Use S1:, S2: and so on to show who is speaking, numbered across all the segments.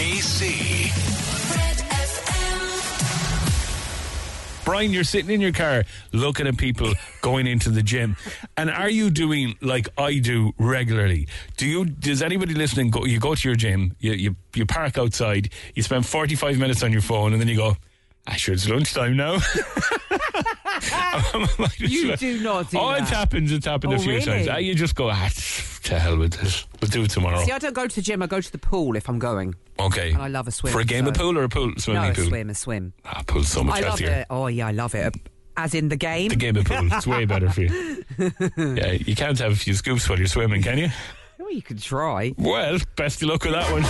S1: BC.
S2: Brian, you're sitting in your car looking at people going into the gym. And are you doing like I do regularly? Do you, does anybody listening go, you go to your gym, you, you, you park outside, you spend 45 minutes on your phone, and then you go, I sure it's lunchtime now.
S3: You do not do
S2: Oh,
S3: that.
S2: it's happened. It's happened
S3: Oh,
S2: a few
S3: really?
S2: times. Ah, you just go, ah, to hell with this. We'll do it tomorrow.
S3: See, I don't go to the gym. I go to the pool if I'm going.
S2: okay.
S3: and I love a swim,
S2: For a game of
S3: so-
S2: pool or a pool swimming
S3: no, a
S2: pool?
S3: swim, a swim.
S2: Ah, pool's so much
S3: I love
S2: healthier.
S3: it. Oh yeah, I love it. As in the game.
S2: The game of pool. It's way better for you. Yeah, you can't have a few scoops while you're swimming, can you?
S3: Oh, you could try.
S2: Well, best of luck with that one.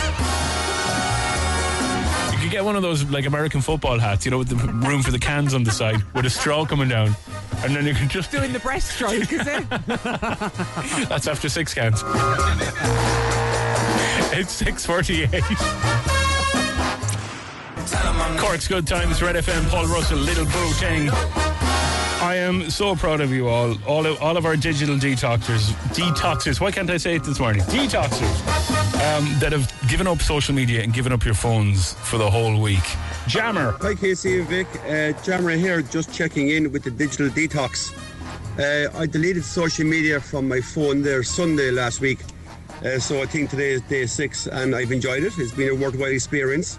S2: You could get one of those like American football hats, you know, with the room for the cans on the side, with a straw coming down, and then you can just
S3: Doing the breaststroke, is it?
S2: That's after six cans. it's six forty-eight. Cork's good times. Red FM. Paul Russell. Little Boo Tang. I am so proud of you all. All of, all of our digital detoxers, detoxers. Why can't I say it this morning? Detoxers um, that have given up social media and given up your phones for the whole week. Jammer.
S4: Hi Casey and Vic, uh, Jamra here, just checking in with the digital detox. Uh, I deleted social media from my phone there Sunday last week, uh, so I think today is day six, and I've enjoyed it. It's been a worthwhile experience.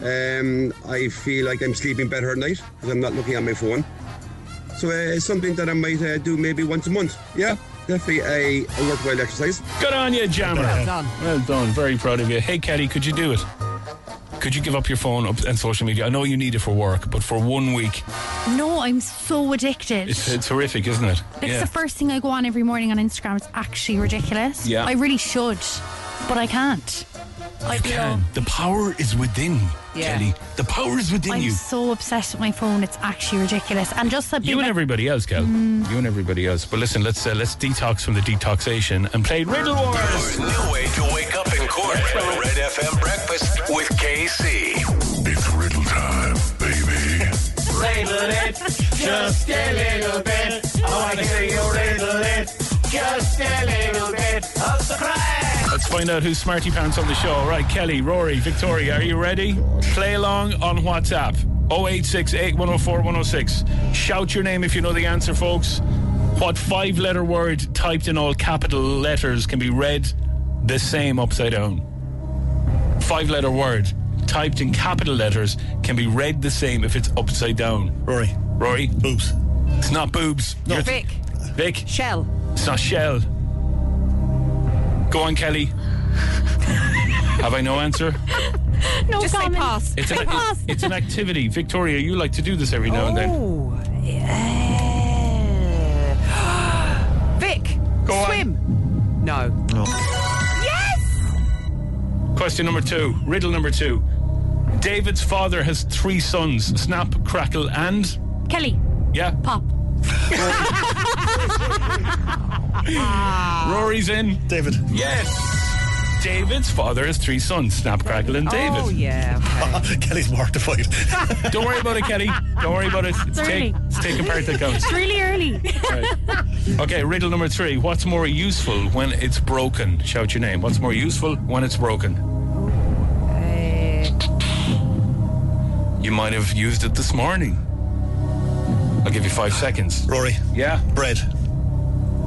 S4: Um, I feel like I'm sleeping better at night because I'm not looking at my phone. So uh, it's something that I might uh, do maybe once a month. Yeah, definitely a, a worthwhile exercise.
S2: Good on you, Jammer.
S3: Well done.
S2: Well done. Very proud of you. Hey, Kelly, could you do it? Could you give up your phone up- and social media? I know you need it for work, but for one week,
S5: No, I'm so addicted.
S2: it's, it's horrific, isn't it?
S5: It's the first thing I go on every morning on Instagram. It's actually ridiculous.
S2: Yeah.
S5: I really should, but I can't. I
S2: You can. The power is within,
S3: Yeah.
S2: Kelly. The power is within
S5: I'm
S2: you.
S5: so obsessed with my phone. It's actually ridiculous. And just that
S2: You
S5: being
S2: and
S5: like-
S2: everybody else, Cal.
S5: Mm.
S2: You and everybody else. But listen, let's uh, let's detox from the detoxation and play Riddle Wars.
S1: There's no way to wake up in Cork. Red FM breakfast with KC. It's riddle time, baby.
S2: Just a little bit. Oh, I hear you riddle it. Just a little bit of surprise. Let's find out who's smarty pants on the show. Right, Kelly, Rory, Victoria, are you ready? Play along on WhatsApp. 0868 104 106. Shout your name if you know the answer, folks. What five letter word typed in all capital letters can be read the same upside down? Five letter word typed in capital letters can be read the same if it's upside down.
S6: Rory,
S2: Rory,
S6: boobs.
S2: it's not boobs. You're-
S3: Vic,
S2: Vic,
S3: Shell,
S2: it's not shell. Go on, Kelly. Have I no answer?
S5: no
S3: just say
S5: comment.
S3: pass.
S2: It's an,
S5: Pass.
S2: it's an activity. Victoria, you like to do this every now and then.
S3: Oh, yeah. Vic,
S2: Go on.
S3: swim. No.
S2: Question number two, riddle number two. David's father has three sons Snap, Crackle, and.
S5: Kelly,
S2: Yeah,
S5: pop.
S2: Rory's in.
S6: David.
S2: Yes! David's father has three sons Snap, Crackle, and David.
S3: Oh yeah. Okay.
S6: Kelly's mortified.
S2: Don't worry about it, Kelly. Don't worry about it. It's,
S5: Sorry.
S2: take, it's taking part that counts.
S5: It's really early.
S2: Right. Okay, riddle number three. What's more useful when it's broken? Shout your name. What's more useful when it's broken? You might have used it this morning. I'll give you five seconds.
S6: Rory,
S2: Yeah,
S6: bread.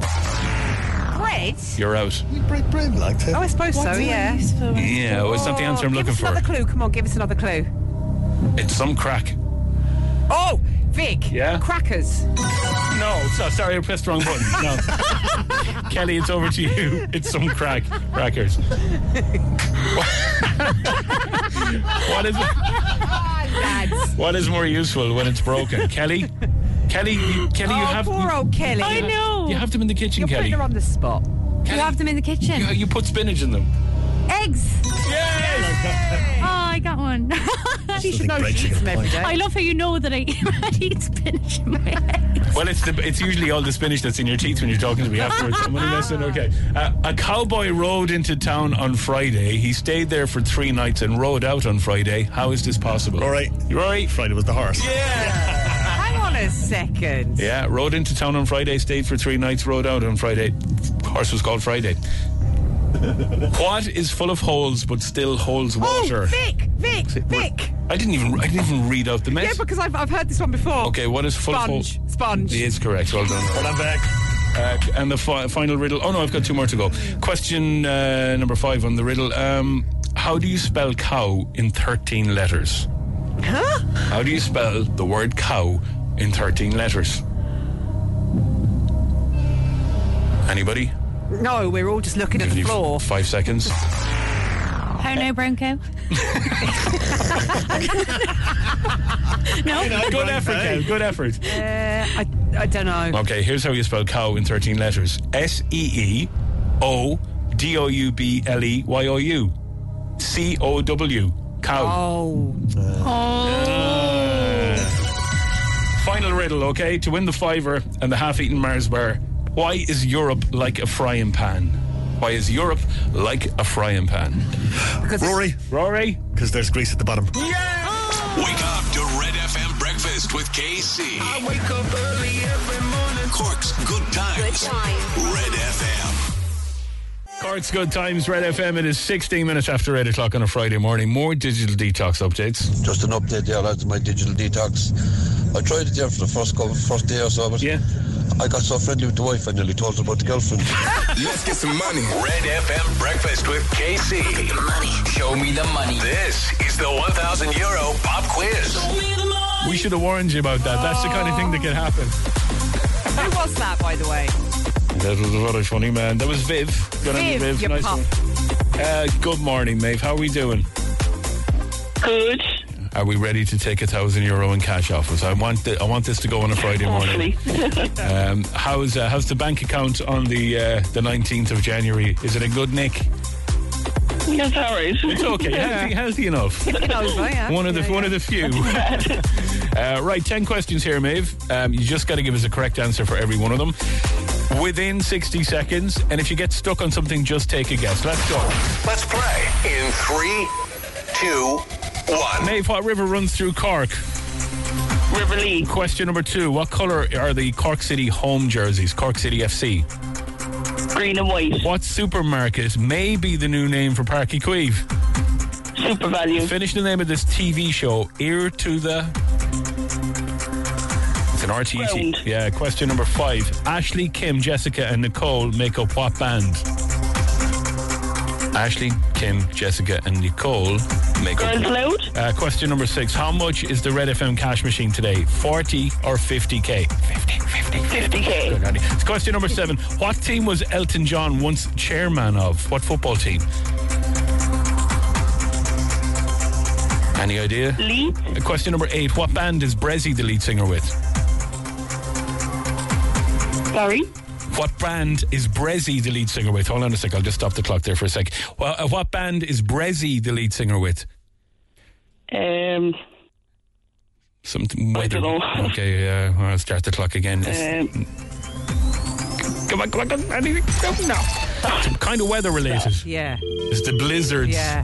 S3: Uh, bread.
S2: you're out.
S6: You break bread like uh,
S3: Oh,
S6: that.
S3: I suppose so. Yeah.
S2: Yeah, well, it's not the answer I'm
S3: give
S2: looking
S3: us
S2: for.
S3: Another clue. Come on, give us another clue.
S2: It's some crack.
S3: Oh, Vic.
S2: Yeah?
S3: Crackers.
S2: No, so, sorry, I pressed the wrong button. No. Kelly, it's over to you. It's some crack. Crackers. what is it?
S3: Lads.
S2: What is more useful when it's broken, Kelly? Kelly, you, Kelly,
S3: oh,
S2: you have
S3: poor old Kelly.
S5: I know.
S2: you, you have them in the kitchen,
S3: You're
S2: Kelly.
S3: putting her on the spot.
S5: You have them in the kitchen.
S2: You, you put spinach in them.
S5: Eggs.
S2: Yes.
S5: Oh, I got one.
S3: She should know
S6: bread
S3: she eats
S6: chicken
S3: them every
S6: point.
S3: day.
S5: I love how you know that I, I eat spinach in my eggs.
S2: Well, it's the, it's usually all the spinach that's in your teeth when you're talking to me afterwards. I'm only messing. Okay. Uh, a cowboy rode into town on Friday. He stayed there for three nights and rode out on Friday. How is this possible?
S6: Rory.
S2: Rory.
S6: Friday was the horse.
S3: Hang on a second.
S2: Yeah, rode into town on Friday, stayed for three nights, rode out on Friday. Horse was called Friday. What is full of holes but still holds water?
S3: Oh, Vic, Vic, Vic.
S2: I didn't even I didn't even read out the
S3: Yeah,
S2: mess.
S3: because I've, I've heard this one before.
S2: okay, what is full
S3: Sponge.
S2: of holes?
S3: Sponge.
S2: It is correct. Well done.
S6: Well, I'm back.
S2: Uh, and the fi- final riddle. Oh no, I've got two more to go. Question uh, number five on the riddle. Um, how do you spell cow in thirteen letters? Huh? How do you spell the word cow in thirteen letters? Anybody?
S3: No, we're all just looking at the
S2: Give you
S3: floor.
S2: Five seconds.
S5: Pono Bronco. no?
S2: Good effort, Kel, Good effort.
S3: Uh, I, I don't know.
S2: Okay, here's how you spell cow in 13 letters S E E O D O U B L E Y O U C O W. Cow.
S3: Oh,
S2: Final riddle, okay? To win the fiver and the half eaten Mars bar, why is Europe like a frying pan? Why is Europe like a frying pan?
S6: Rory,
S2: Rory?
S6: because there's grease at the bottom.
S1: Wake up to Red FM Breakfast with KC. I wake up early every morning. Cork's Good Times. Good time. Red FM.
S2: Cork's Good Times, Red FM. It is 16 minutes after 8 o'clock on a Friday morning. More digital detox updates.
S7: Just an update there, lads, my digital detox. I tried it there for the first couple, first day or so, but
S2: Yeah.
S7: I got so friendly with the wife, I nearly told her about the girlfriend.
S1: Let's get some money. Red FM Breakfast with KC. Money.
S8: Show me the money.
S1: This is the 1,000 euro pop quiz.
S2: We should have warned you about that. That's the kind of thing that can happen.
S3: who was that, by the way?
S2: That was a very funny man. That was Viv. Good on you,
S3: Viv, you pup.
S2: one. Uh, good morning, Maeve. How are we doing?
S9: Good.
S2: Are we ready to take a thousand euro in cash off us? I want the, I want this to go on a Friday morning.
S9: Awfully.
S2: Um, how's uh, how's the bank account on the uh, the nineteenth of January? Is it a good nick?
S9: Yes, all right.
S2: It's okay. healthy, healthy enough.
S3: Over, yeah.
S2: One of the
S3: Yeah,
S2: one of the few. uh, right, ten questions here, Maeve. Um, you just got to give us a correct answer for every one of them within sixty seconds. And if you get stuck on something, just take a guess. Let's go.
S1: Let's play in three, two, one.
S2: Maeve, what river runs through Cork?
S9: Riverly,
S2: Question number two. What colour are the Cork City home jerseys? Cork City FC.
S9: green and white.
S2: What supermarket may be the new name for Parky Queeve?
S9: Super value.
S2: Finish the name of this TV show, Ear to the. It's an RTE.
S9: Ground.
S2: Yeah, question number five. Ashley, Kim, Jessica, and Nicole make up what band? Ashley, Kim, Jessica, and Nicole make up.
S9: Girls loud.
S2: Uh, question number six. How much is the Red FM cash machine today? 40 or 50K? 50, 50,
S9: 50k.
S2: Good, Andy. It's question number seven. What team was Elton John once chairman of? What football team? Any idea?
S9: Leeds.
S2: Uh, Question number eight. What band is Brezzy the lead singer with?
S9: Sorry.
S2: What band is Brezzy the lead singer with? Hold on a sec. I'll just stop the clock there for a sec. Well, uh, what band is Brezzy the lead singer with?
S9: Um,
S2: Something weather.
S9: don't know.
S2: Okay, uh, I'll start the clock again.
S10: Uh.
S9: um,
S2: Come on, come on, come on. Anything? No. Some kind of weather related.
S3: Yeah,
S2: It's the blizzards.
S3: yeah.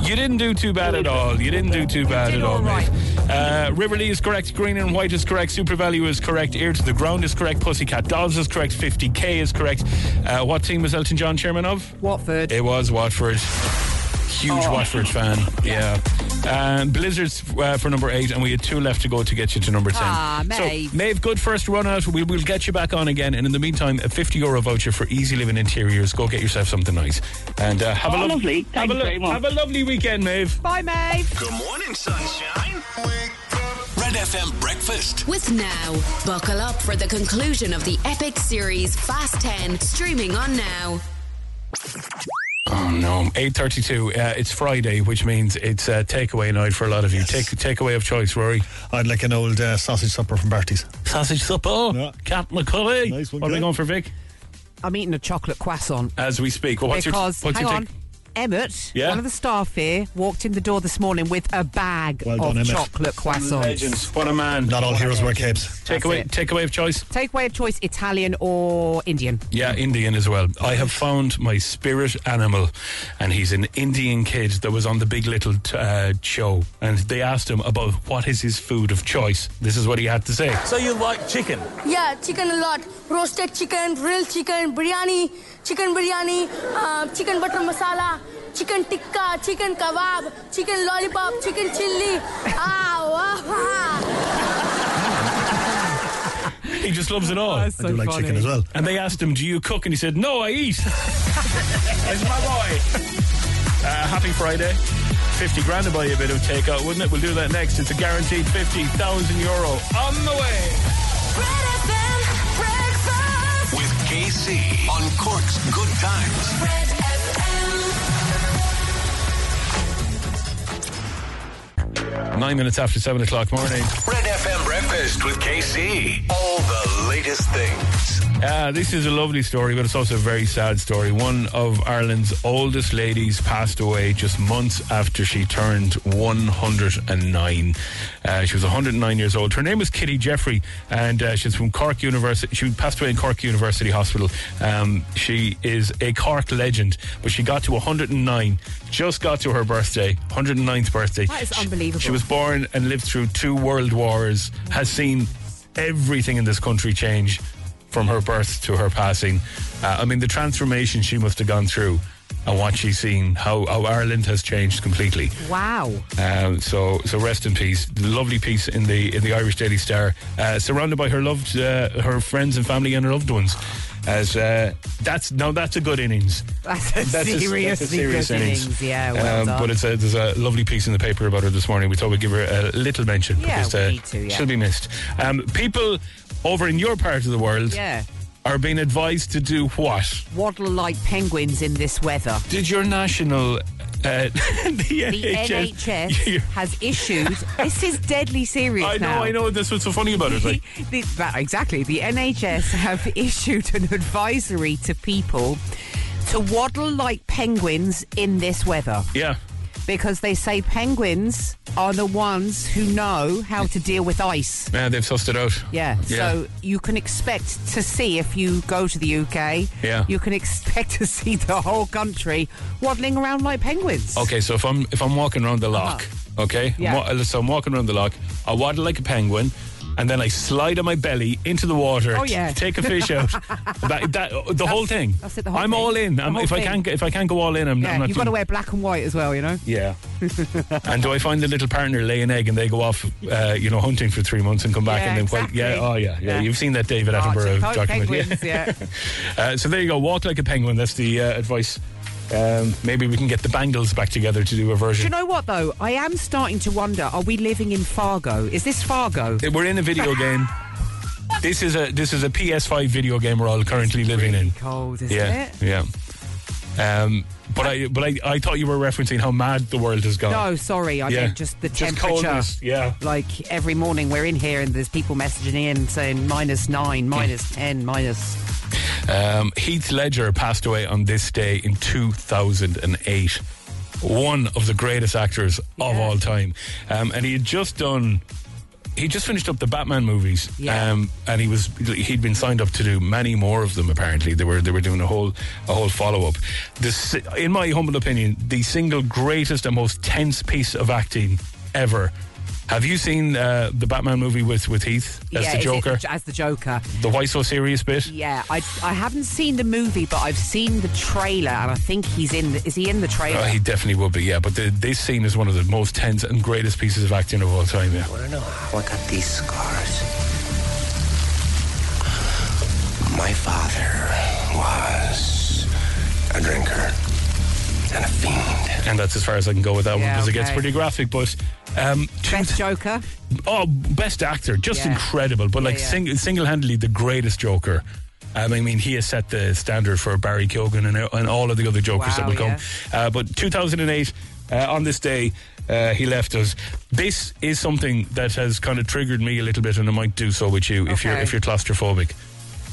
S2: You didn't do too bad at all. You didn't do too bad
S3: did
S2: at all,
S3: all right.
S2: mate. Uh, Riverly is correct. Green and white is correct. Super value is correct. Ear to the ground is correct. Pussycat dolls is correct. 50k is correct. Uh, what team was Elton John chairman of?
S3: Watford.
S2: It was Watford. Huge
S3: Oh.
S2: Watford fan. Yeah. Um, Blizzards uh, for number eight, and we had two left to go to get you to number ten.
S3: Ah, Maeve.
S2: So, Maeve, good first run out. We will get you back on again, and in the meantime, a fifty euro voucher for Easy Living Interiors. Go get yourself something nice, and uh, have a
S9: Oh,
S2: lo-
S9: lovely.
S2: Have
S9: Thanks
S2: a, lo-
S9: very much.
S2: have a lovely weekend, Maeve.
S3: Bye, Maeve.
S1: Good morning, sunshine. Red FM Breakfast.
S11: With Now. Buckle up for the conclusion of the epic series Fast 10, streaming on Now.
S2: Oh no, eight thirty-two. Uh, it's Friday, which means it's uh, takeaway night for a lot of you. Take takeaway of choice, Rory.
S6: I'd like an old uh, sausage supper from Barty's.
S2: Sausage supper,
S6: Yeah.
S2: Captain McCully.
S6: Nice one,
S2: what are we
S6: Kat.
S2: going for, Vic?
S3: I'm eating a chocolate croissant
S2: As we speak. Well, what's
S3: because,
S2: your, what's
S3: hang
S2: your
S3: on,
S2: take?
S3: Emmett,
S2: Yeah?
S3: one of the staff here, walked in the door this morning with a bag
S6: Well
S3: of
S6: done, Emmett.
S3: chocolate croissants.
S2: Legends. What a man.
S6: Not all heroes wear capes.
S2: Takeaway
S3: it.
S2: takeaway of choice?
S3: Takeaway of choice Italian or Indian.
S2: Yeah, Indian as well. I have found my spirit animal, and he's an Indian kid that was on the Big Little uh, show. And they asked him about what is his food of choice. This is what he had to say.
S12: Yeah, chicken a lot. Roasted chicken, grilled chicken, biryani,
S8: chicken biryani, uh, chicken butter masala, chicken tikka, chicken kebab, chicken lollipop, chicken chili. ah,
S2: He just loves it all.
S6: I do like chicken as well.
S2: And they asked him, Do you cook? And he said, No, I eat. That's my boy. Uh, happy Friday. 50 grand to buy you a bit of takeout, wouldn't it? We'll do that next. It's a guaranteed 50,000 euro on the way.
S1: With KC on Cork's Good Times.
S2: Nine minutes after seven o'clock morning.
S1: Red FM Breakfast with KC. All the latest things.
S2: Uh, this is a lovely story, but it's also a very sad story. One of Ireland's oldest ladies passed away just months after she turned 109. Uh, she was 109 years old. Her name was Kitty Jeffrey, and uh, she's from Cork University. She passed away in Cork University Hospital. Um, she is a Cork legend, but she got to 109, just got to her birthday, 109th birthday.
S3: That is
S2: She-
S3: unbelievable.
S2: she was born and lived through two world wars, has seen everything in this country change from her birth to her passing. Uh, I mean, the transformation she must have gone through and what she's seen, how, how Ireland has changed completely.
S3: Wow.
S2: Um, so, so rest in peace. Lovely piece in the in the Irish Daily Star, uh, surrounded by her loved, uh, her friends and family and her loved ones. As uh, that's now that's a good innings.
S3: That's a
S2: That's a-
S3: seriously
S2: that's a serious
S3: good
S2: innings.
S3: innings. Yeah, well
S2: Um,
S3: done.
S2: But it's a, there's a lovely piece in the paper about her this morning. We thought we'd give her a little mention
S3: Yeah,
S2: because
S3: we need to, yeah.
S2: she'll be missed. Um, people over in your part of the world
S3: Yeah.
S2: are being advised to do what?
S3: Waddle like penguins in this weather.
S2: Did your national. Uh, the,
S3: The NHS has issued. This is deadly serious.
S2: I know,
S3: now.
S2: I know. That's what's so funny about it. Like,
S3: The- that- exactly. The NHS have issued an advisory to people to waddle like penguins in this weather
S2: yeah.
S3: because they say penguins are the ones who know how to deal with ice.
S2: Yeah, they've sussed it out.
S3: Yeah,
S2: Yeah.
S3: so you can expect to see if you go to the UK.
S2: Yeah.
S3: you can expect to see the whole country waddling around like penguins.
S2: Okay, so if I'm if I'm walking around the lock, okay,
S3: Uh-huh. Yeah.
S2: Wa- so I'm walking around the lock, I waddle like a penguin, and then I slide on my belly into the water.
S3: Oh,
S2: t-
S3: yeah.
S2: take a fish out. That, that, the whole thing.
S3: that's it, the whole
S2: I'm
S3: thing.
S2: all in.
S3: The
S2: I'm,
S3: whole
S2: if I
S3: thing.
S2: can't if I can't go all in, I'm,
S3: Yeah,
S2: I'm not.
S3: you've got to
S2: doing-
S3: wear black and white as well, you know.
S2: Yeah. and do I find the little partner laying egg and they go off, uh, you know, hunting for three months and come back
S3: Yeah,
S2: and then
S3: exactly.
S2: yeah, oh yeah, yeah,
S3: Yeah.
S2: You've seen that David
S3: Oh,
S2: Attenborough
S3: check out
S2: documentary.
S3: penguins, yeah.
S2: Uh, so there you go. Walk like a penguin. That's the uh, advice. Um, maybe we can get the Bangles back together to do a
S3: Do you
S2: version.
S3: know what though? I am starting to wonder: Are we living in Fargo? Is this Fargo?
S2: Eh, We're in a video game. This is a this is a PS5 video game we're all currently living in.
S3: Cold, isn't
S2: Yeah,
S3: it?
S2: yeah. Um, but I but I, I thought you were referencing how mad the world has gone.
S3: No, sorry, I
S2: Yeah.
S3: meant just the
S2: Just
S3: temperature.
S2: coldness, yeah.
S3: Like every morning we're in here and there's people messaging in saying minus nine, minus ten, minus.
S2: Um, Heath Ledger passed away on this day in 2008. One of the greatest actors of
S3: Yeah.
S2: all time. Um, and he had just done. He just finished up the Batman movies,
S3: Yeah.
S2: um, and he was he'd been signed up to do many more of them. Apparently, they were they were doing a whole a whole follow up. This, in my humble opinion, the single greatest and most tense piece of acting ever. Have you seen uh, the Batman movie with with Heath as
S3: yeah,
S2: the
S3: is it
S2: Joker?
S3: as the Joker.
S2: the why so serious bit?
S3: Yeah, I I haven't seen the movie, but I've seen the trailer, and I think he's in. The, is he in the trailer?
S2: Oh, he definitely would be, yeah. But the, this scene is one of the most tense and greatest pieces of acting of all time, yeah.
S12: want to know how I got these scars. My father was a drinker and a fiend.
S2: And that's as far as I can go with that one
S3: Yeah,
S2: because it gets
S3: okay.
S2: pretty graphic. But um, two-
S3: Best Joker.
S2: oh, best actor, just
S3: Yeah.
S2: incredible. But
S3: Yeah,
S2: like
S3: yeah.
S2: Sing- single-handedly, the greatest Joker. Um, I mean, he has set the standard for Barry Keoghan and, and all of the other Jokers that
S3: Wow,
S2: will come.
S3: yeah.
S2: Uh, but 2008, uh, on this day, uh, he left us. This is something that has kind of triggered me a little bit, and I might do so with you if you're
S3: Okay.
S2: if you're claustrophobic.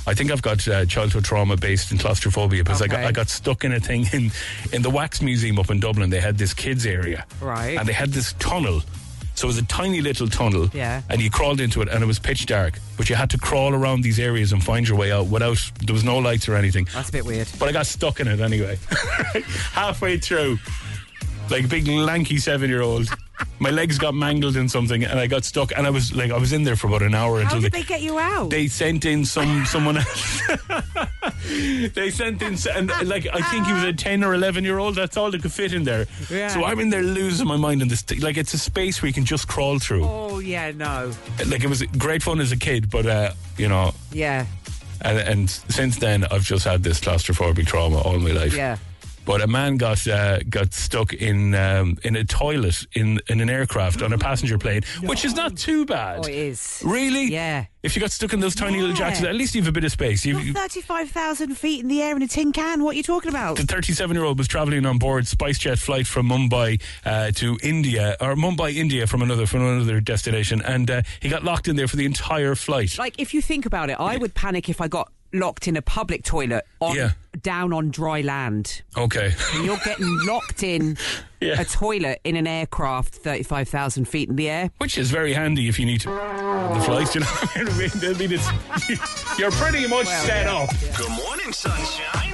S2: I think I've got uh, childhood trauma based in claustrophobia because I, got,
S3: Okay.
S2: I got stuck in a thing in in the wax museum up in Dublin. They had this kids area,
S3: Right.
S2: And they had this tunnel. So it was a tiny little tunnel,
S3: Yeah.
S2: And you crawled into it, and it was pitch dark. But you had to crawl around these areas and find your way out without. There was no lights or anything.
S3: That's a bit weird.
S2: But I got stuck in it anyway. Halfway through, like a big lanky seven year old. my legs got mangled in something, and I got stuck. And I was like, I was in there for about an hour
S3: How
S2: until
S3: did they get you out?
S2: they sent in some someone else. they sent in s- and like I think he was a ten or eleven year old. That's all that could fit in there.
S3: Yeah.
S2: So I'm in there losing my mind in this. T- like it's a space where you can just crawl through.
S3: oh yeah, no,
S2: Like it was great fun as a kid, but uh, you know,
S3: yeah,
S2: and, and since then I've just had this claustrophobic trauma all my life.
S3: yeah.
S2: But a man got uh, got stuck in um, in a toilet in in an aircraft on a passenger plane, which is not too bad.
S3: Oh, it is.
S2: Really?
S3: Yeah.
S2: If you got stuck in those tiny little
S3: Yeah.
S2: jackets, at least you have a bit of space. You, you-
S3: Thirty-five thousand feet in the air in a tin can. What are you talking about?
S2: the 37 year old was traveling on board SpiceJet flight from Mumbai uh, to India or Mumbai India from another from another destination and uh, he got locked in there for the entire flight.
S3: Like, if you think about it, I would panic if I got locked in a public toilet on
S2: Yeah.
S3: down on dry land.
S2: Okay.
S3: And you're getting locked in
S2: Yeah.
S3: a toilet in an aircraft, thirty-five thousand feet in the air.
S2: Which is very handy if you need to on the flight, you know. what I mean? I mean, it's, you're pretty much set up.
S1: Good morning, sunshine.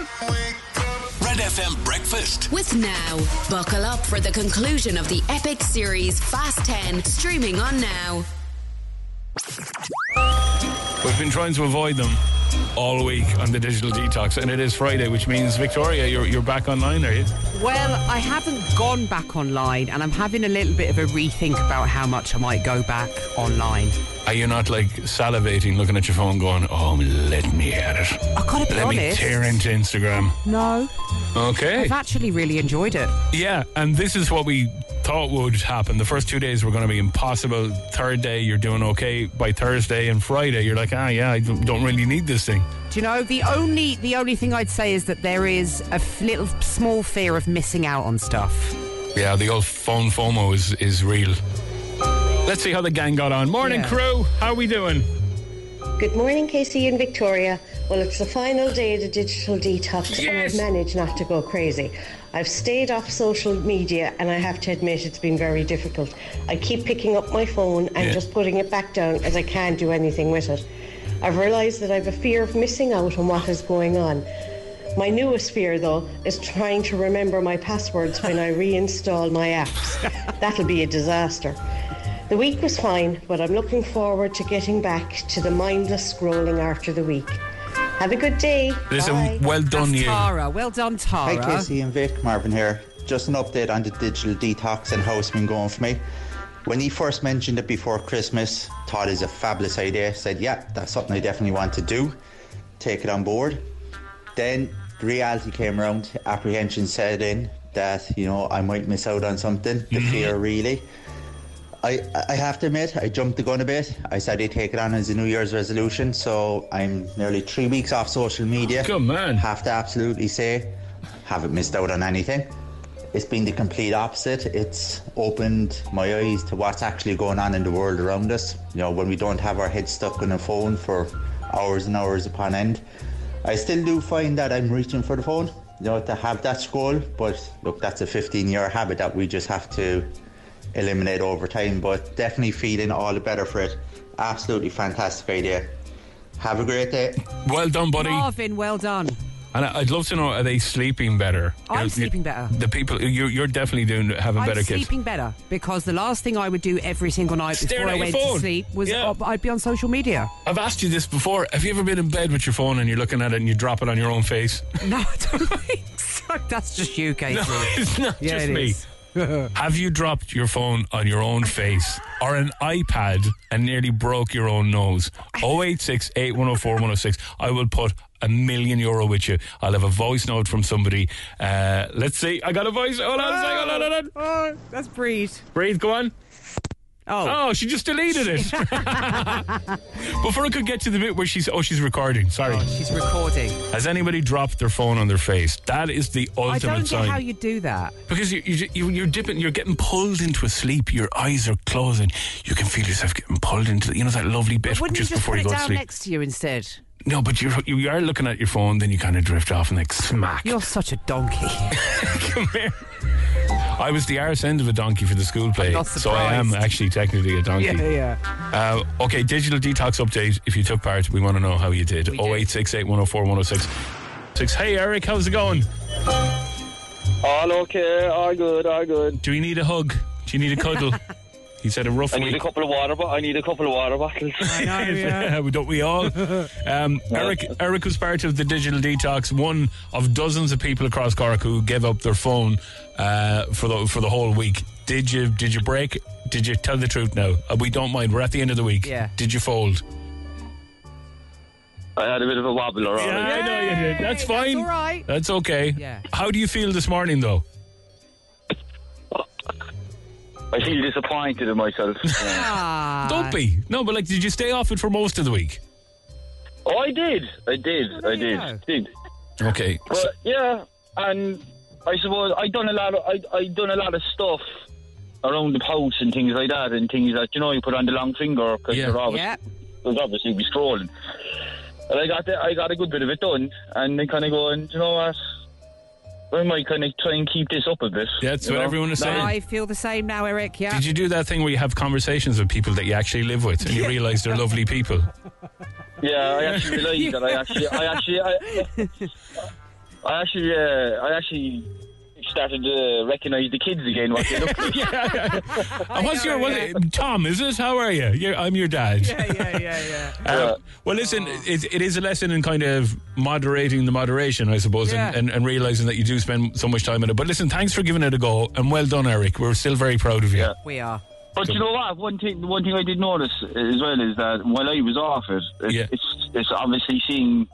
S1: Red FM breakfast.
S11: With Now. Buckle up for the conclusion of the epic series Fast 10, streaming on Now.
S2: We've been trying to avoid them all week on the digital detox, and it is Friday, which means Victoria, you're you're back online, are you?
S3: Well, I haven't gone back online, and I'm having a little bit of a rethink about how much I might go back online.
S2: Are you not like salivating, looking at your phone, going, "Oh, let me at it. I
S3: gotta be
S2: let me
S3: honest.
S2: tear into Instagram."
S3: No,
S2: Okay.
S3: I've actually really enjoyed it.
S2: Yeah, and this is what we thought would happen. The first two days were going to be impossible. Third day, you're doing okay. By Thursday and Friday, you're like, ah, yeah, I don't don't really need this thing.
S3: Do you know the only the only thing I'd say is that there is a f- little small fear of missing out on stuff.
S2: Yeah, the old phone FOMO is, is real. Let's see how the gang got on. Morning,
S13: Yeah.
S2: crew. How we doing?
S13: Good morning, Casey and Victoria. Well, it's the final day of the digital detox, and
S2: Yes.
S13: I've managed not to go crazy. I've stayed off social media, and I have to admit it's been very difficult. I keep picking up my phone and
S14: Yeah.
S13: just putting it back down as I can't do anything with it. I've realised that I have a fear of missing out on what is going on. My newest fear, though, is trying to remember my passwords when I reinstall my apps. That'll be a disaster. The week was fine, but I'm looking forward to getting back to the mindless scrolling after the week. Have a good day.
S2: Listen,
S13: Bye.
S2: well done,
S3: That's
S2: you.
S3: Tara. Well done, Tara.
S15: Hi, Casey and Vic. Marvin here. Just an update on the digital detox and how it's been going for me. When he first mentioned it before Christmas, thought it was a fabulous idea. Said, yeah, that's something I definitely want to do. Take it on board. Then the reality came around. Apprehension set in that, you know, I might miss out on something. The fear, really. I, I have to admit, I jumped the gun a bit. I said I'd take it on as a New Year's resolution, so I'm nearly three weeks off social media. Good
S2: man.
S15: Have to absolutely say, haven't missed out on anything. It's been the complete opposite. It's opened my eyes to what's actually going on in the world around us. You know, when we don't have our heads stuck on a phone for hours and hours upon end. I still do find that I'm reaching for the phone, you know, to have that scroll, but look, that's a 15 year habit that we just have to eliminate over time, but definitely feeling all the better for it. Absolutely fantastic idea. Have a great day.
S2: Well done, buddy.
S3: Marvin, well done.
S2: And I- I'd love to know, are they sleeping better?
S3: I'm
S2: You- you-
S3: sleeping better.
S2: The people, you're, you're definitely doing having
S3: I'm
S2: better kids.
S3: sleeping better because the last thing I would do every single night
S2: Staring at
S3: before I
S2: your
S3: went
S2: phone.
S3: to sleep was
S2: Yeah.
S3: uh, I'd be on social media.
S2: I've asked you this before. Have you ever been in bed with your phone and you're looking at it and you drop it on your own face?
S3: No, I don't think so. That's just you, Casey.
S2: No, it's not
S3: Yeah,
S2: just
S3: it
S2: me.
S3: is.
S2: Have you dropped your phone on your own face or an iPad and nearly broke your own nose? 086 8104 106. I will put a million euro with you. I'll have a voice note from somebody. Uh, let's see. I got a voice. Hold on a second. Hold on, hold on.
S3: Oh, that's breathe.
S2: Breathe, go on.
S3: Oh.
S2: Oh, she just deleted it. Before I could get to the bit where she's, oh, she's recording. Sorry.
S3: she's recording.
S2: Has anybody dropped their phone on their face? That is the ultimate
S3: I don't
S2: sign.
S3: get how you do that.
S2: Because you, you, you, you're dipping, you're getting pulled into a sleep. Your eyes are closing. You can feel yourself getting pulled into, you know, that lovely bit
S3: Wouldn't
S2: just,
S3: you just
S2: before you
S3: put it
S2: go to
S3: down
S2: sleep.
S3: next to you instead?
S2: no, but you're, you are looking at your phone, then you kind of drift off and like smack.
S3: You're such a donkey.
S2: Come here. I was the arse end of a donkey for the school play,
S3: not
S2: so I am
S3: surprised.
S2: actually technically a donkey.
S3: Yeah, yeah.
S2: Uh, okay, digital detox update. If you took part, we want to know how you did. 0868 104 106. Six. Hey, Eric, how's it going?
S9: All okay, all good, all good.
S2: Do you need a hug? Do you need a cuddle? He said a rough
S14: I need a
S2: week.
S14: couple of water. Bo- I need a couple of water bottles.
S2: we don't we all? Um, Eric, Eric was part of the digital detox, one of dozens of people across Cork who gave up their phone uh, for the for the whole week. Did you did you break? Did you tell the truth now? Uh, we don't mind. We're at the end of the week.
S14: Yeah.
S2: Did you fold?
S14: I had a bit of a wobble around.
S2: Yeah, I know you did. That's fine.
S3: all right.
S2: That's okay.
S3: Yeah.
S2: How do you feel this morning though?
S14: I feel disappointed in myself.
S3: Ah.
S2: Don't be. No, but like, did you stay off it for most of the week?
S14: oh, I did. I did.
S2: Oh,
S14: I did. Did.
S2: Okay.
S14: But yeah, and I suppose I done a lot. Of, I I done a lot of stuff around the house and things like that, and things that you know you put on the long finger because
S2: Yeah.
S14: you're obviously
S2: Yeah.
S14: you'll obviously be scrolling. And I got the, I got a good bit of it done, and then kind of going, "Do you know what? We might kind of try and keep this up a bit.
S2: That's
S14: you
S2: what
S14: know?
S2: everyone is
S14: That-
S2: saying.
S3: I feel the same now, Eric. Yeah.
S2: Did you do that thing where you have conversations with people that you actually live with and you realise they're lovely people?
S14: Yeah, I actually realised that I actually, I actually, I, I actually, uh, I actually started to recognise the kids again. What they look like.
S2: And what's your what, Tom? Is this how are you? You're, I'm your dad. Yeah,
S3: yeah, yeah, yeah.
S2: Um, well, listen,
S14: Oh.
S2: it, it is a lesson in kind of moderating the moderation, I suppose,
S3: Yeah.
S2: and, and, and realizing that you do spend so much time in it. But listen, thanks for giving it a go, and well done, Eric. We're still very proud of you.
S3: We are.
S14: But you know what? One thing, one thing I did notice uh, as well is that while I was off it, it it's it's obviously seeing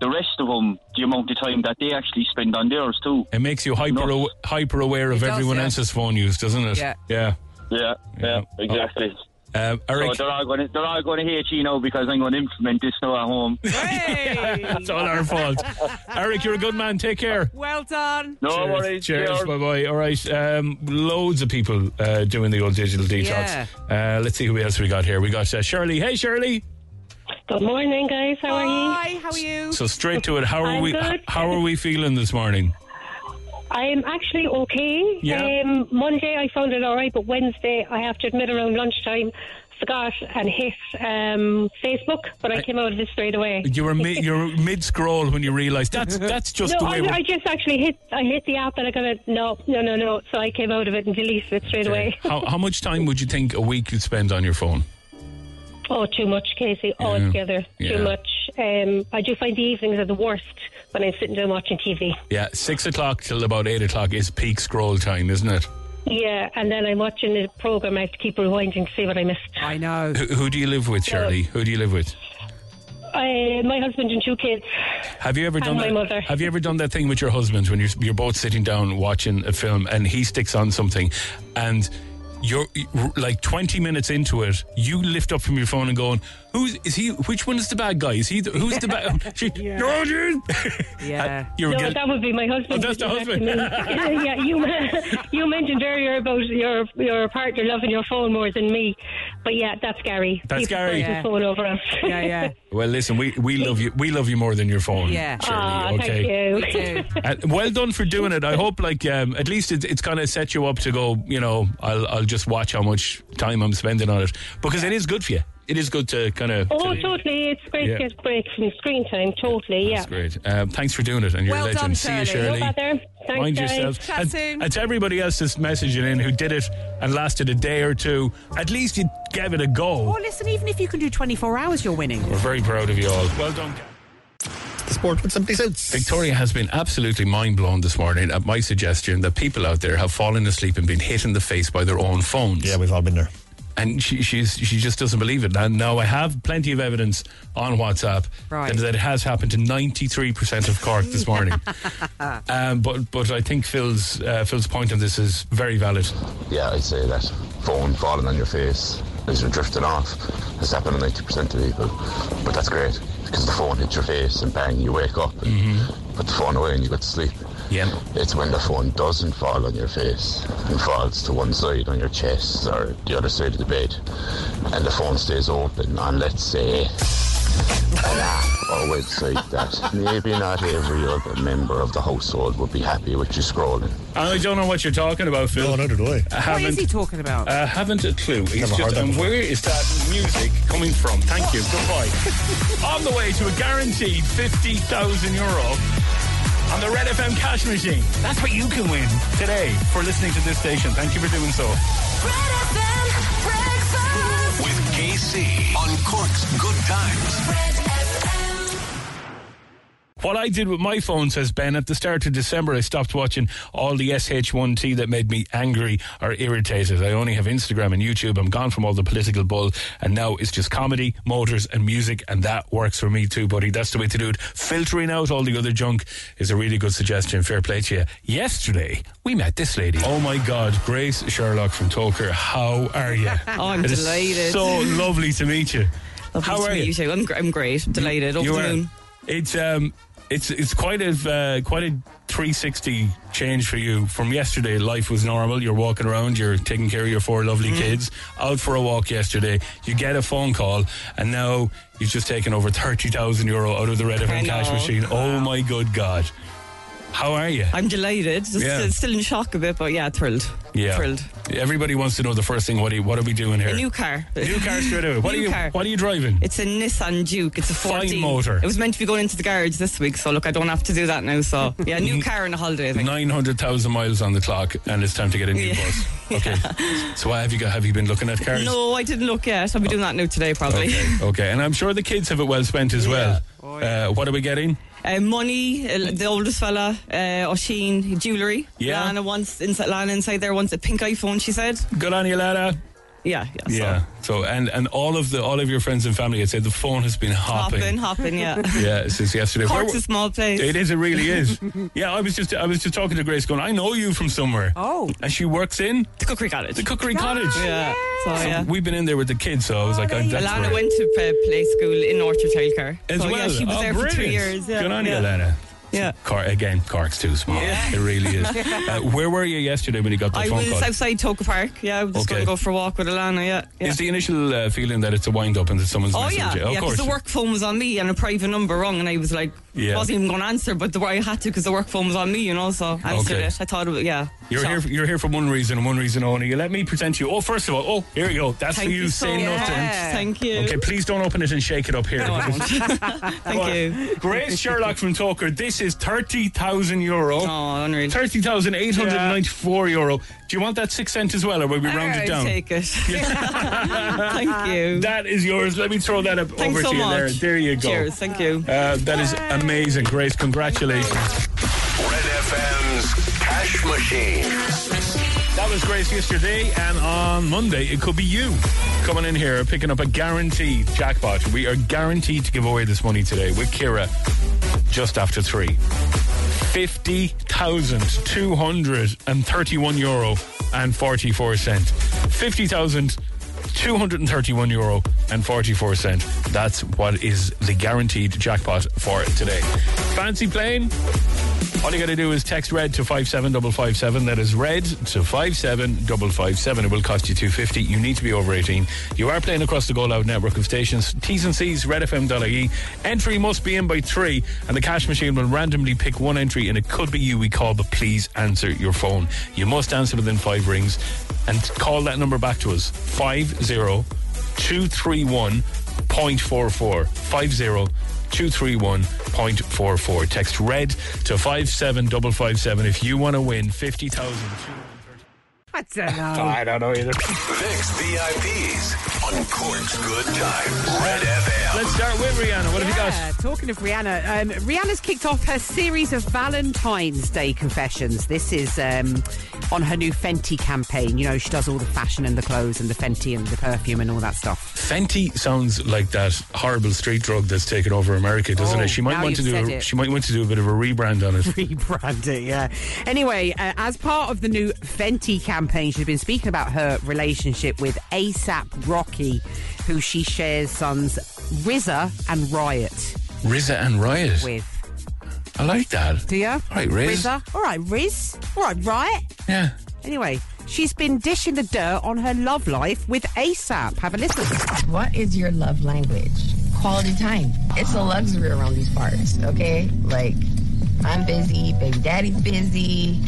S14: the rest of them the amount of time that they actually spend on theirs too.
S2: It makes you hyper aw- hyper aware of
S14: It does,
S2: everyone
S14: yeah.
S2: else's phone use, doesn't it?
S14: Yeah.
S2: Yeah.
S14: Yeah, yeah, exactly.
S2: Um,
S14: Eric, so they're all going to they're all going to hate you now because I'm going to implement this now at home.
S2: That's all our fault. Eric, you're a good man. Take care.
S3: Well done.
S2: No cheers,
S14: worries,
S2: Cheers.
S14: cheers.
S2: Bye bye. All right. Um, loads of people uh, doing the old digital detox. Uh, let's see who else we got here. We got uh, Shirley. Hey, Shirley.
S16: Good morning, guys. How are you?
S3: Hi. How are you?
S2: So straight to it. How are
S16: I'm
S2: we?
S16: good.
S2: How are we feeling this morning?
S16: I'm actually okay.
S2: Yeah.
S16: Um, Monday I found it all right, but Wednesday I have to admit around lunchtime forgot and hit um, Facebook, but I, came out of this straight away.
S2: You were mi- you were mid scroll when you realised that's that's just
S16: no,
S2: the way.
S16: I,
S2: we're-
S16: I just actually hit I hit the app and I got it. No, no, no, no. So I came out of it and deleted it straight away.
S2: how, how much time would you think a week you'd spend on your phone?
S16: Oh, too much, Casey.
S2: Yeah.
S16: Altogether,
S2: Yeah.
S16: too much. Um, I do find the evenings are the worst when I'm sitting down watching TV.
S2: Yeah, six o'clock till about eight o'clock is peak scroll time, isn't it?
S16: Yeah, and then I'm watching the program. I have to keep rewinding to see what I missed.
S3: I know.
S2: Who, who do you live with, Shirley? Who do you live with?
S16: I, Uh, my husband and two kids.
S2: Have you ever
S16: And
S2: done
S16: my
S2: that?
S16: mother.
S2: Have you ever done that thing with your husband when you're you're both sitting down watching a film and he sticks on something, and you're like twenty minutes into it, you lift up from your phone and going, "Who's is he? Which one is the bad guy? Is he? The, who's the bad?" She, You're you.
S3: Yeah.
S2: You're
S16: no,
S2: guil-
S16: that would be my husband.
S2: Oh, that's the
S16: who did
S2: husband.
S16: that to me. yeah, you you mentioned earlier about your your partner loving your phone more than me, but yeah, that's Gary.
S2: That's
S16: he prefers
S2: Gary.
S16: his
S2: Yeah.
S16: phone over us.
S3: Yeah, yeah.
S2: Well, listen, we, we love you. We love you more than your phone.
S3: Yeah.
S2: Shirley,
S16: Aw, Ah, thank
S2: okay.
S16: you. We
S3: do.
S2: Uh, well done for doing it. I hope, like, um, at least it, it's kind of set you up to go. You know, I'll I'll just watch how much time I'm spending on it because it is good for you. It is good to kind of.
S16: Oh, totally. It's great
S2: Yeah.
S16: to get a break from screen time. Totally, yeah.
S2: That's great. Um, thanks for doing it, and you're
S16: Well
S2: a legend.
S16: done,
S2: See you,
S16: Shirley.
S2: Shirley.
S16: No bother. Thanks,
S2: Mind
S16: guys.
S2: yourself.
S16: Chat
S2: and,
S16: soon.
S2: and to everybody else that's messaging in who did it and lasted a day or two, at least you gave it a go.
S3: Or listen, even if you can do 24 hours, you're winning.
S2: We're very proud of you all. Well done.
S6: The sport with somebody suits.
S2: Victoria has been absolutely mind blown this morning at my suggestion that people out there have fallen asleep and been hit in the face by their own phones. Yeah,
S6: we've all been there.
S2: And she, she's, she just doesn't believe it. And now I have plenty of evidence on WhatsApp
S3: Right.
S2: that, that it has happened to 93% of Cork this morning. um, but but I think Phil's uh, Phil's point on this is very valid.
S17: Yeah, I'd say that phone falling on your face as you're drifting off has happened to 90% of people. But that's great because the phone hits your face and bang, you wake up and put the phone away and you go to sleep.
S2: Yeah.
S17: It's when the phone doesn't fall on your face and falls to one side on your chest or the other side of the bed and the phone stays open on, let's say, an app or website that maybe not every other member of the household would be happy with you scrolling.
S2: I don't know what you're talking about, Phil. No,
S6: neither do I.
S3: What is he talking about?
S2: I haven't a clue. He's
S6: Never heard
S2: just,
S6: that
S2: and
S6: before.
S2: where is that music coming from? Thank you. Goodbye. On the way to a guaranteed 50,000 euro. on the Red FM cash machine. That's what you can win today for listening to this station. Thank you for doing so.
S1: With KC on Cork's Good Times.
S2: What I did with my phone, says Ben, at the start of December, I stopped watching all the SH1T that made me angry or irritated. I only have Instagram and YouTube. I'm gone from all the political bull, and now it's just comedy, motors, and music, and that works for me too, buddy. That's the way to do it. Filtering out all the other junk is a really good suggestion. Fair play to you. Yesterday, we met this lady. Oh my God, Grace Sherlock from Toker. How are you?
S10: Oh, I'm
S2: It is
S10: delighted.
S2: So lovely to meet you.
S10: Lovely
S2: How
S10: to
S2: are
S10: meet
S2: you?
S10: you too. I'm, gr- I'm great. Delighted. Over
S2: You
S10: the
S2: are.
S10: moon.
S2: It's um, it's it's quite a uh, quite a 360 change for you from yesterday. Life was normal. You're walking around. You're taking care of your four lovely
S10: Mm-hmm.
S2: kids. Out for a walk yesterday. You get a phone call, and now you've just taken over thirty thousand euro out of the Red
S10: I
S2: FM cash
S10: know.
S2: machine. Oh my good God! How are you?
S10: I'm delighted. Just
S2: Yeah.
S10: still, still in shock a bit, but yeah, thrilled.
S2: Yeah,
S10: Thrilled.
S2: Everybody wants to know the first thing. What are you, what are we doing here?
S10: A new car.
S2: New car straight away. What
S10: New
S2: are you?
S10: car.
S2: What are you driving?
S10: It's a Nissan Duke. It's a 14.
S2: motor.
S10: It was meant to be going into the garage this week, so look, I don't have to do that now. So yeah, new
S2: Mm.
S10: car and a holiday. I think.
S2: Nine hundred thousand miles on the clock, and it's time to get a new
S10: Yeah.
S2: bus. Okay. So, why have you got? Have you been looking at cars?
S10: No, I didn't look yet. I'll be doing that now today, probably.
S2: Okay. okay. And I'm sure the kids have it well spent as well. Uh, what are we getting?
S10: Uh, money, uh, the oldest fella, uh, O'Sheen, jewellery.
S2: Yeah.
S10: Lana wants inside, Lana inside there wants a pink iPhone. She said.
S2: Good on you, Lana.
S10: Yeah, yeah.
S2: Yeah. So, and and all of the all of your friends and family, I'd say the phone has been hopping.
S10: Hopping, hopping, yeah.
S2: Yeah, since yesterday. Where
S10: Cork's
S2: were-
S10: a small place.
S2: It is. It really is. yeah, I was just I was just talking to Grace, going, I know you from somewhere.
S3: Oh.
S2: And she works in
S10: the Cookery Cottage.
S2: The Cookery Cottage.
S10: Yeah. So, yeah.
S2: We've been in there with the kids, so I was like, I'm that's
S10: Alana
S2: where-
S10: went to uh, play school in Orchard Childcare.
S2: as
S10: so,
S2: well.
S10: Yeah, she was
S2: oh,
S10: there
S2: brilliant.
S10: for three years. Yeah.
S2: Good on
S10: yeah.
S2: you, Lana.
S10: Yeah.
S2: Cork, again, Cork's too small. It really is. Uh, where were you yesterday when you got the
S10: I
S2: phone
S10: was
S2: call?
S10: outside Toka Park. Yeah, I was just
S2: Okay.
S10: going to go for a walk with Alana. Yeah. yeah.
S2: Is the initial uh, feeling that it's a wind up and that someone's
S10: Oh
S2: messaging
S10: yeah,
S2: you? Of
S10: yeah.
S2: course.
S10: Because the work phone was on me and a private number rung, and I was like,
S2: Yeah.
S10: wasn't even going to answer, but the, I had to because the work phone was on me, you know. So I answered
S2: Okay.
S10: it. I thought, it was, yeah.
S2: You're here. You're here for one reason and one reason only. You let me present you. Oh, first of all, oh, here you go. That's
S10: Thank
S2: for you.
S10: so
S2: Say
S10: much.
S2: nothing.
S10: Thank you.
S2: Okay, please don't open it and shake it up here.
S10: No, I won't. Thank
S2: Right.
S10: you.
S2: Grace Sherlock from Toker. This is thirty thousand euro.
S10: Oh, unreal.
S2: Thirty thousand eight hundred ninety-four euro. Do you want that six cent as well, or will we round
S10: I'll
S2: it down?
S10: Take it. Thank you.
S2: That is yours. Let me throw that up
S10: Thanks
S2: over
S10: so
S2: to you there.
S10: much.
S2: There you go.
S10: Cheers. Thank you.
S2: Uh, that is amazing, Grace. Congratulations.
S1: Red FM's Cash Machine.
S2: That was Grace yesterday, and on Monday it could be you coming in here picking up a guaranteed jackpot. We are guaranteed to give away this money today with Kira just after three. Fifty thousand two hundred and thirty-one euro and forty-four cent. Fifty thousand two hundred and thirty-one euro and forty-four cent. That's what is the guaranteed jackpot for today. Fancy playing? All you got to do is text red to 57557. That is red to 57557. It will cost you 250. You need to be over 18. You are playing across the Go Loud network of stations. T's and C's, redfm.ie. Entry must be in by three, and the cash machine will randomly pick one entry, and it could be you we call, but please answer your phone. You must answer within five rings and call that number back to us 50231.44. 50 231.44. Text red to 57557 if you want to win 50,000.
S3: I don't know.
S2: I don't know either.
S1: Vix VIPs on Cork's Good Times. Red FM.
S2: Let's start with Rihanna. What have you got?
S3: Yeah, talking of Rihanna, um, Rihanna's kicked off her series of Valentine's Day confessions. This is um, on her new Fenty campaign. You know, she does all the fashion and the clothes and the Fenty and the perfume and all that stuff.
S2: Fenty sounds like that horrible street drug that's taken over America, doesn't
S3: Oh,
S2: it? She might
S3: now
S2: want to
S3: you've
S2: do.
S3: said
S2: A,
S3: it.
S2: she might want to do a bit of a rebrand on it.
S3: Rebrand it, yeah. Anyway, uh, as part of the new Fenty campaign, she's been speaking about her relationship with ASAP Rocky, who she shares sons RZA and Riot
S2: Rizza and Riot.
S3: with.
S2: I like that.
S3: Do you? All
S2: right, Riz.
S3: RZA. All right, Riz. All right, Riot.
S2: Yeah.
S3: Anyway, she's been dishing the dirt on her love life with ASAP. Have a listen.
S18: What is your love language? Quality time. It's a luxury around these parts, okay? Like, I'm busy, baby daddy's busy,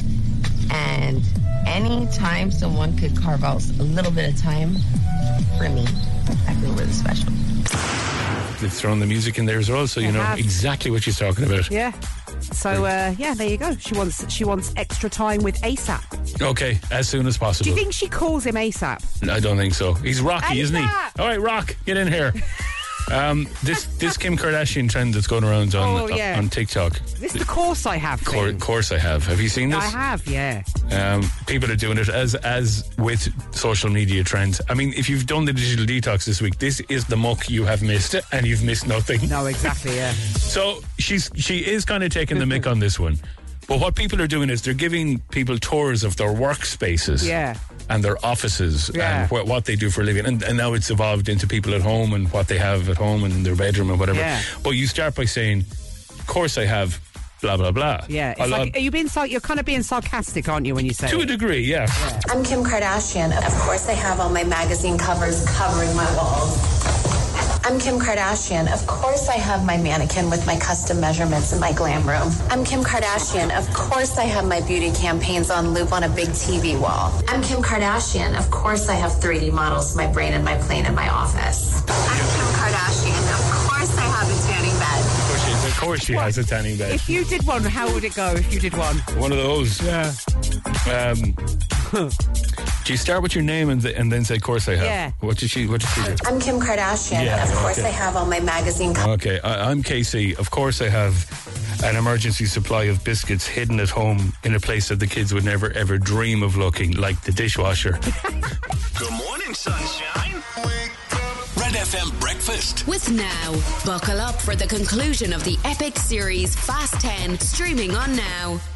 S18: and anytime someone could carve out a little bit of time for me, I feel really special.
S2: Let's throw on the music in there as well, so you
S3: They
S2: know
S3: have.
S2: exactly what she's talking about.
S3: Yeah. So uh, yeah, there you go. She wants she wants extra time with ASAP.
S2: Okay, as soon as possible.
S3: Do you think she calls him ASAP?
S2: No, I don't think so. He's Rocky, isn't he?
S3: ASAP!
S2: All right, Rock, get in here. Um, this this Kim Kardashian trend that's going around on
S3: Oh, yeah.
S2: on TikTok.
S3: This is the course I have.
S2: Cor-
S3: thing.
S2: course, I have. Have you seen this?
S3: I have, yeah.
S2: Um, people are doing it as as with social media trends. I mean, if you've done the digital detox this week, this is the muck you have missed, and you've missed nothing.
S3: No, exactly. Yeah.
S2: so she's she is kind of taking the mick on this one. But what people are doing is they're giving people tours of their workspaces,
S3: Yeah.
S2: and their offices,
S3: Yeah.
S2: and wh- what they do for a living. And, and now it's evolved into people at home and what they have at home and in their bedroom and whatever.
S3: Yeah.
S2: But you start by saying, "Of course, I have blah blah blah."
S3: Yeah. It's
S2: A lot-
S3: like, are you being sar- you're kind of being sarcastic, aren't you, when you say
S2: to a degree, yeah.
S19: I'm Kim Kardashian. Of course, I have all my magazine covers covering my walls. I'm Kim Kardashian. Of course, I have my mannequin with my custom measurements in my glam room. I'm Kim Kardashian. Of course, I have my beauty campaigns on loop on a big TV wall. I'm Kim Kardashian. Of course, I have 3D models, my brain, and my plane in my office. I'm Kim Kardashian. Of course, I have a tanning bed.
S2: Of course, she, of course she has a tanning bed.
S3: If you did one, how would it go? If you did one,
S2: One of those. Yeah. Um, do you start with your name and, th- and then say, "Of course I have"?
S19: Yeah.
S2: What did she? What did she do?
S19: I'm Kim Kardashian.
S2: Yeah,
S19: of course,
S2: okay.
S19: I have all my magazine covers.
S2: Okay, I, I'm Casey. Of course, I have an emergency supply of biscuits hidden at home in a place that the kids would never ever dream of looking, like the dishwasher.
S1: Good morning, sunshine. Red FM breakfast.
S11: With Now. Buckle up for the conclusion of the epic series Fast 10, streaming on Now.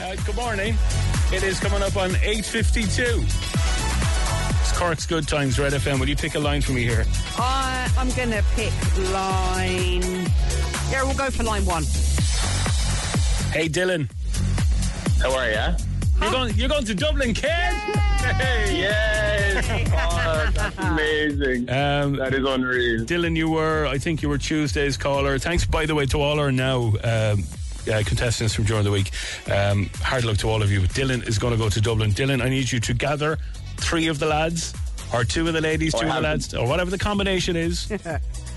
S2: Uh, good morning. It is coming up on 8:52. It's Cork's Good Times Red FM. Will you pick a line for me here?
S3: I, I'm gonna pick line. Yeah, we'll go for line one.
S2: Hey, Dylan. How are you? You're going, you're going to Dublin, kid. Hey.
S14: Yes. Oh, that's amazing.
S2: Um,
S14: that is unreal.
S2: Dylan, you were, I think you were Tuesday's caller. Thanks, by the way, to all our now um, uh, contestants from during the week. Um, hard luck to all of you. Dylan is going to go to Dublin. Dylan, I need you to gather three of the lads, or two of the ladies,
S14: Or
S2: two of the
S14: Oh, have
S2: lads, or whatever the combination is.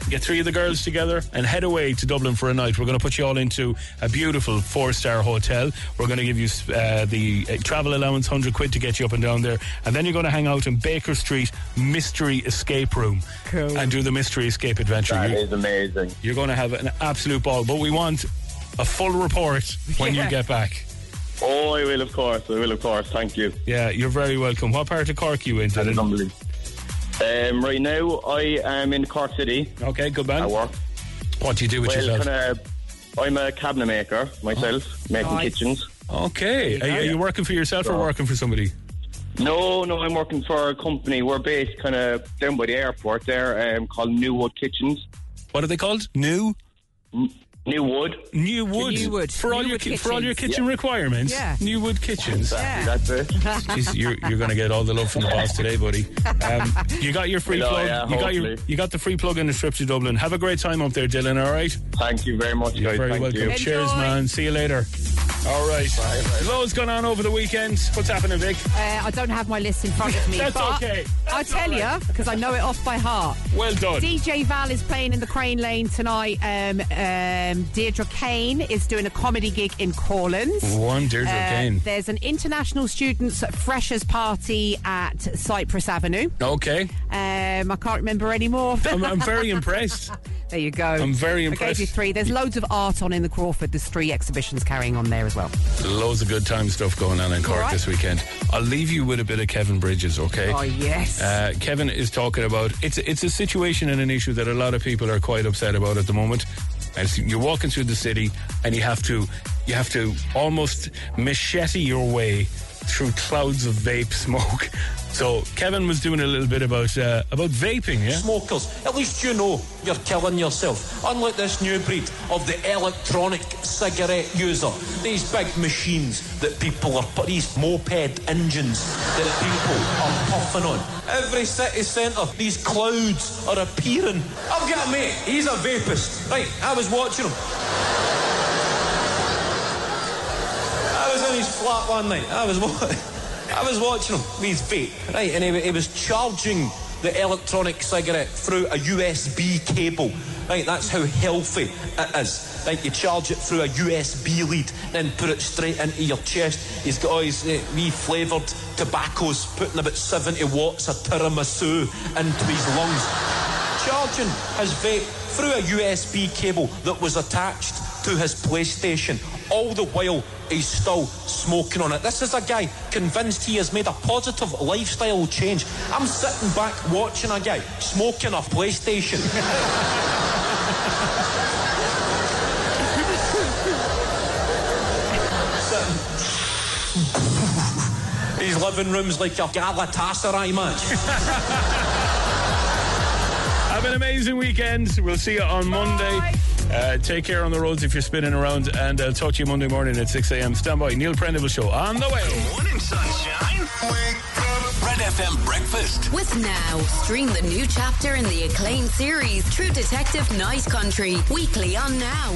S2: Get three of the girls together and head away to Dublin for a night. We're going to put you all into a beautiful four star hotel. We're going to give you uh, the uh, travel allowance, 100 quid to get you up and down there. And then you're going to hang out in Baker Street Mystery Escape Room and do the Mystery Escape Adventure.
S14: That
S2: You-
S14: is amazing.
S2: You're going to have an absolute ball. But we want a full report when
S14: Yeah.
S2: you get back.
S14: Oh, I will, of course. I will, of course. Thank you.
S2: Yeah, you're very welcome. What part of Cork are you in, Dylan?
S14: Um, right now, I am in Cork City.
S2: Okay, good man.
S14: I work.
S2: What do you do with
S14: well,
S2: yourself?
S14: Kinda, I'm a cabinet maker myself, making
S2: Nice.
S14: kitchens.
S2: Okay. Are, are you working for yourself or
S14: Yeah.
S2: working for somebody?
S14: No, no, I'm working for a company. We're based kind of down by the airport there um, called Newwood Kitchens.
S2: What are they called? New?
S14: New Wood.
S2: New Wood. New
S14: uh,
S2: Wood. For all your ki- for all your kitchen requirements.
S14: Yeah.
S2: New Wood kitchens.
S14: That's it.
S2: Jeez, you're you're going to get all the love from the boss today, buddy. Um, you got your free
S14: I know,
S2: plug.
S14: yeah,
S2: you got your
S14: hopefully.
S2: you got the free plug and the trip to Dublin. Have a great time up there, Dylan. All right.
S14: Thank you very much,
S2: You're
S14: guys.
S2: very
S14: Thank
S2: welcome.
S14: you.
S2: Cheers, man. See you later. All right. Loads gone on over the weekend. What's happening, Vic?
S3: Uh, I don't have my list in front of me.
S2: That's
S3: but
S2: okay.
S3: I tell you because I know it off by heart.
S2: Well done.
S3: DJ Val is playing in the Crane Lane tonight. Um, um, Deirdre Kane is doing a comedy gig in Corlins. Uh,
S2: One
S14: Uh,
S2: Deirdre Kane.
S3: There's an international students freshers party at Cypress Avenue.
S2: Okay.
S3: Um, I can't remember anymore.
S2: I'm, I'm very impressed.
S3: There you go.
S2: I'm very
S3: I gave you
S2: impressed.
S3: three. There's loads of art on in the Crawford. There's three exhibitions carrying on there as well.
S2: Loads of good time stuff going on in Cork
S3: Alright.
S2: this weekend. I'll leave you with a bit of Kevin Bridges, okay?
S3: Oh, yes.
S2: Uh, Kevin is talking about it's it's a situation and an issue that a lot of people are quite upset about at the moment. As you're walking through the city and you have to you have to almost machete your way through clouds of vape smoke. So Kevin was doing a little bit about uh, about vaping, yeah.
S20: Smokers, at least you know you're killing yourself. Unlike this new breed of the electronic cigarette user, these big machines that people are, pu- these moped engines that people are puffing on. Every city centre, these clouds are appearing. I've got a mate, he's a vapist. Right, I was watching him. I was in his flat one night. I was watching. I was watching him with his vape, right? And he, wa- he was charging the electronic cigarette through a USB cable. Right, that's how healthy it is. Right, you charge it through a USB lead, then put it straight into your chest. He's got all his eh, wee flavoured tobaccos, putting about 70 watts of tiramisu into his lungs charging his vape through a USB cable that was attached to his PlayStation. All the while, he's still smoking on it. This is a guy convinced he has made a positive lifestyle change. I'm sitting back watching a guy smoking a PlayStation. Sitting- His living room's like a Galatasaray match.
S2: Have an amazing weekend. We'll see you on Monday. Uh, take care on the roads if you're spinning around, and I'll talk to you Monday morning at 6 a.m. Stand by. Neil Prendeville Show on the way.
S1: Morning sunshine. Red FM breakfast.
S11: With Now, stream the new chapter in the acclaimed series True Detective Night Country weekly on Now.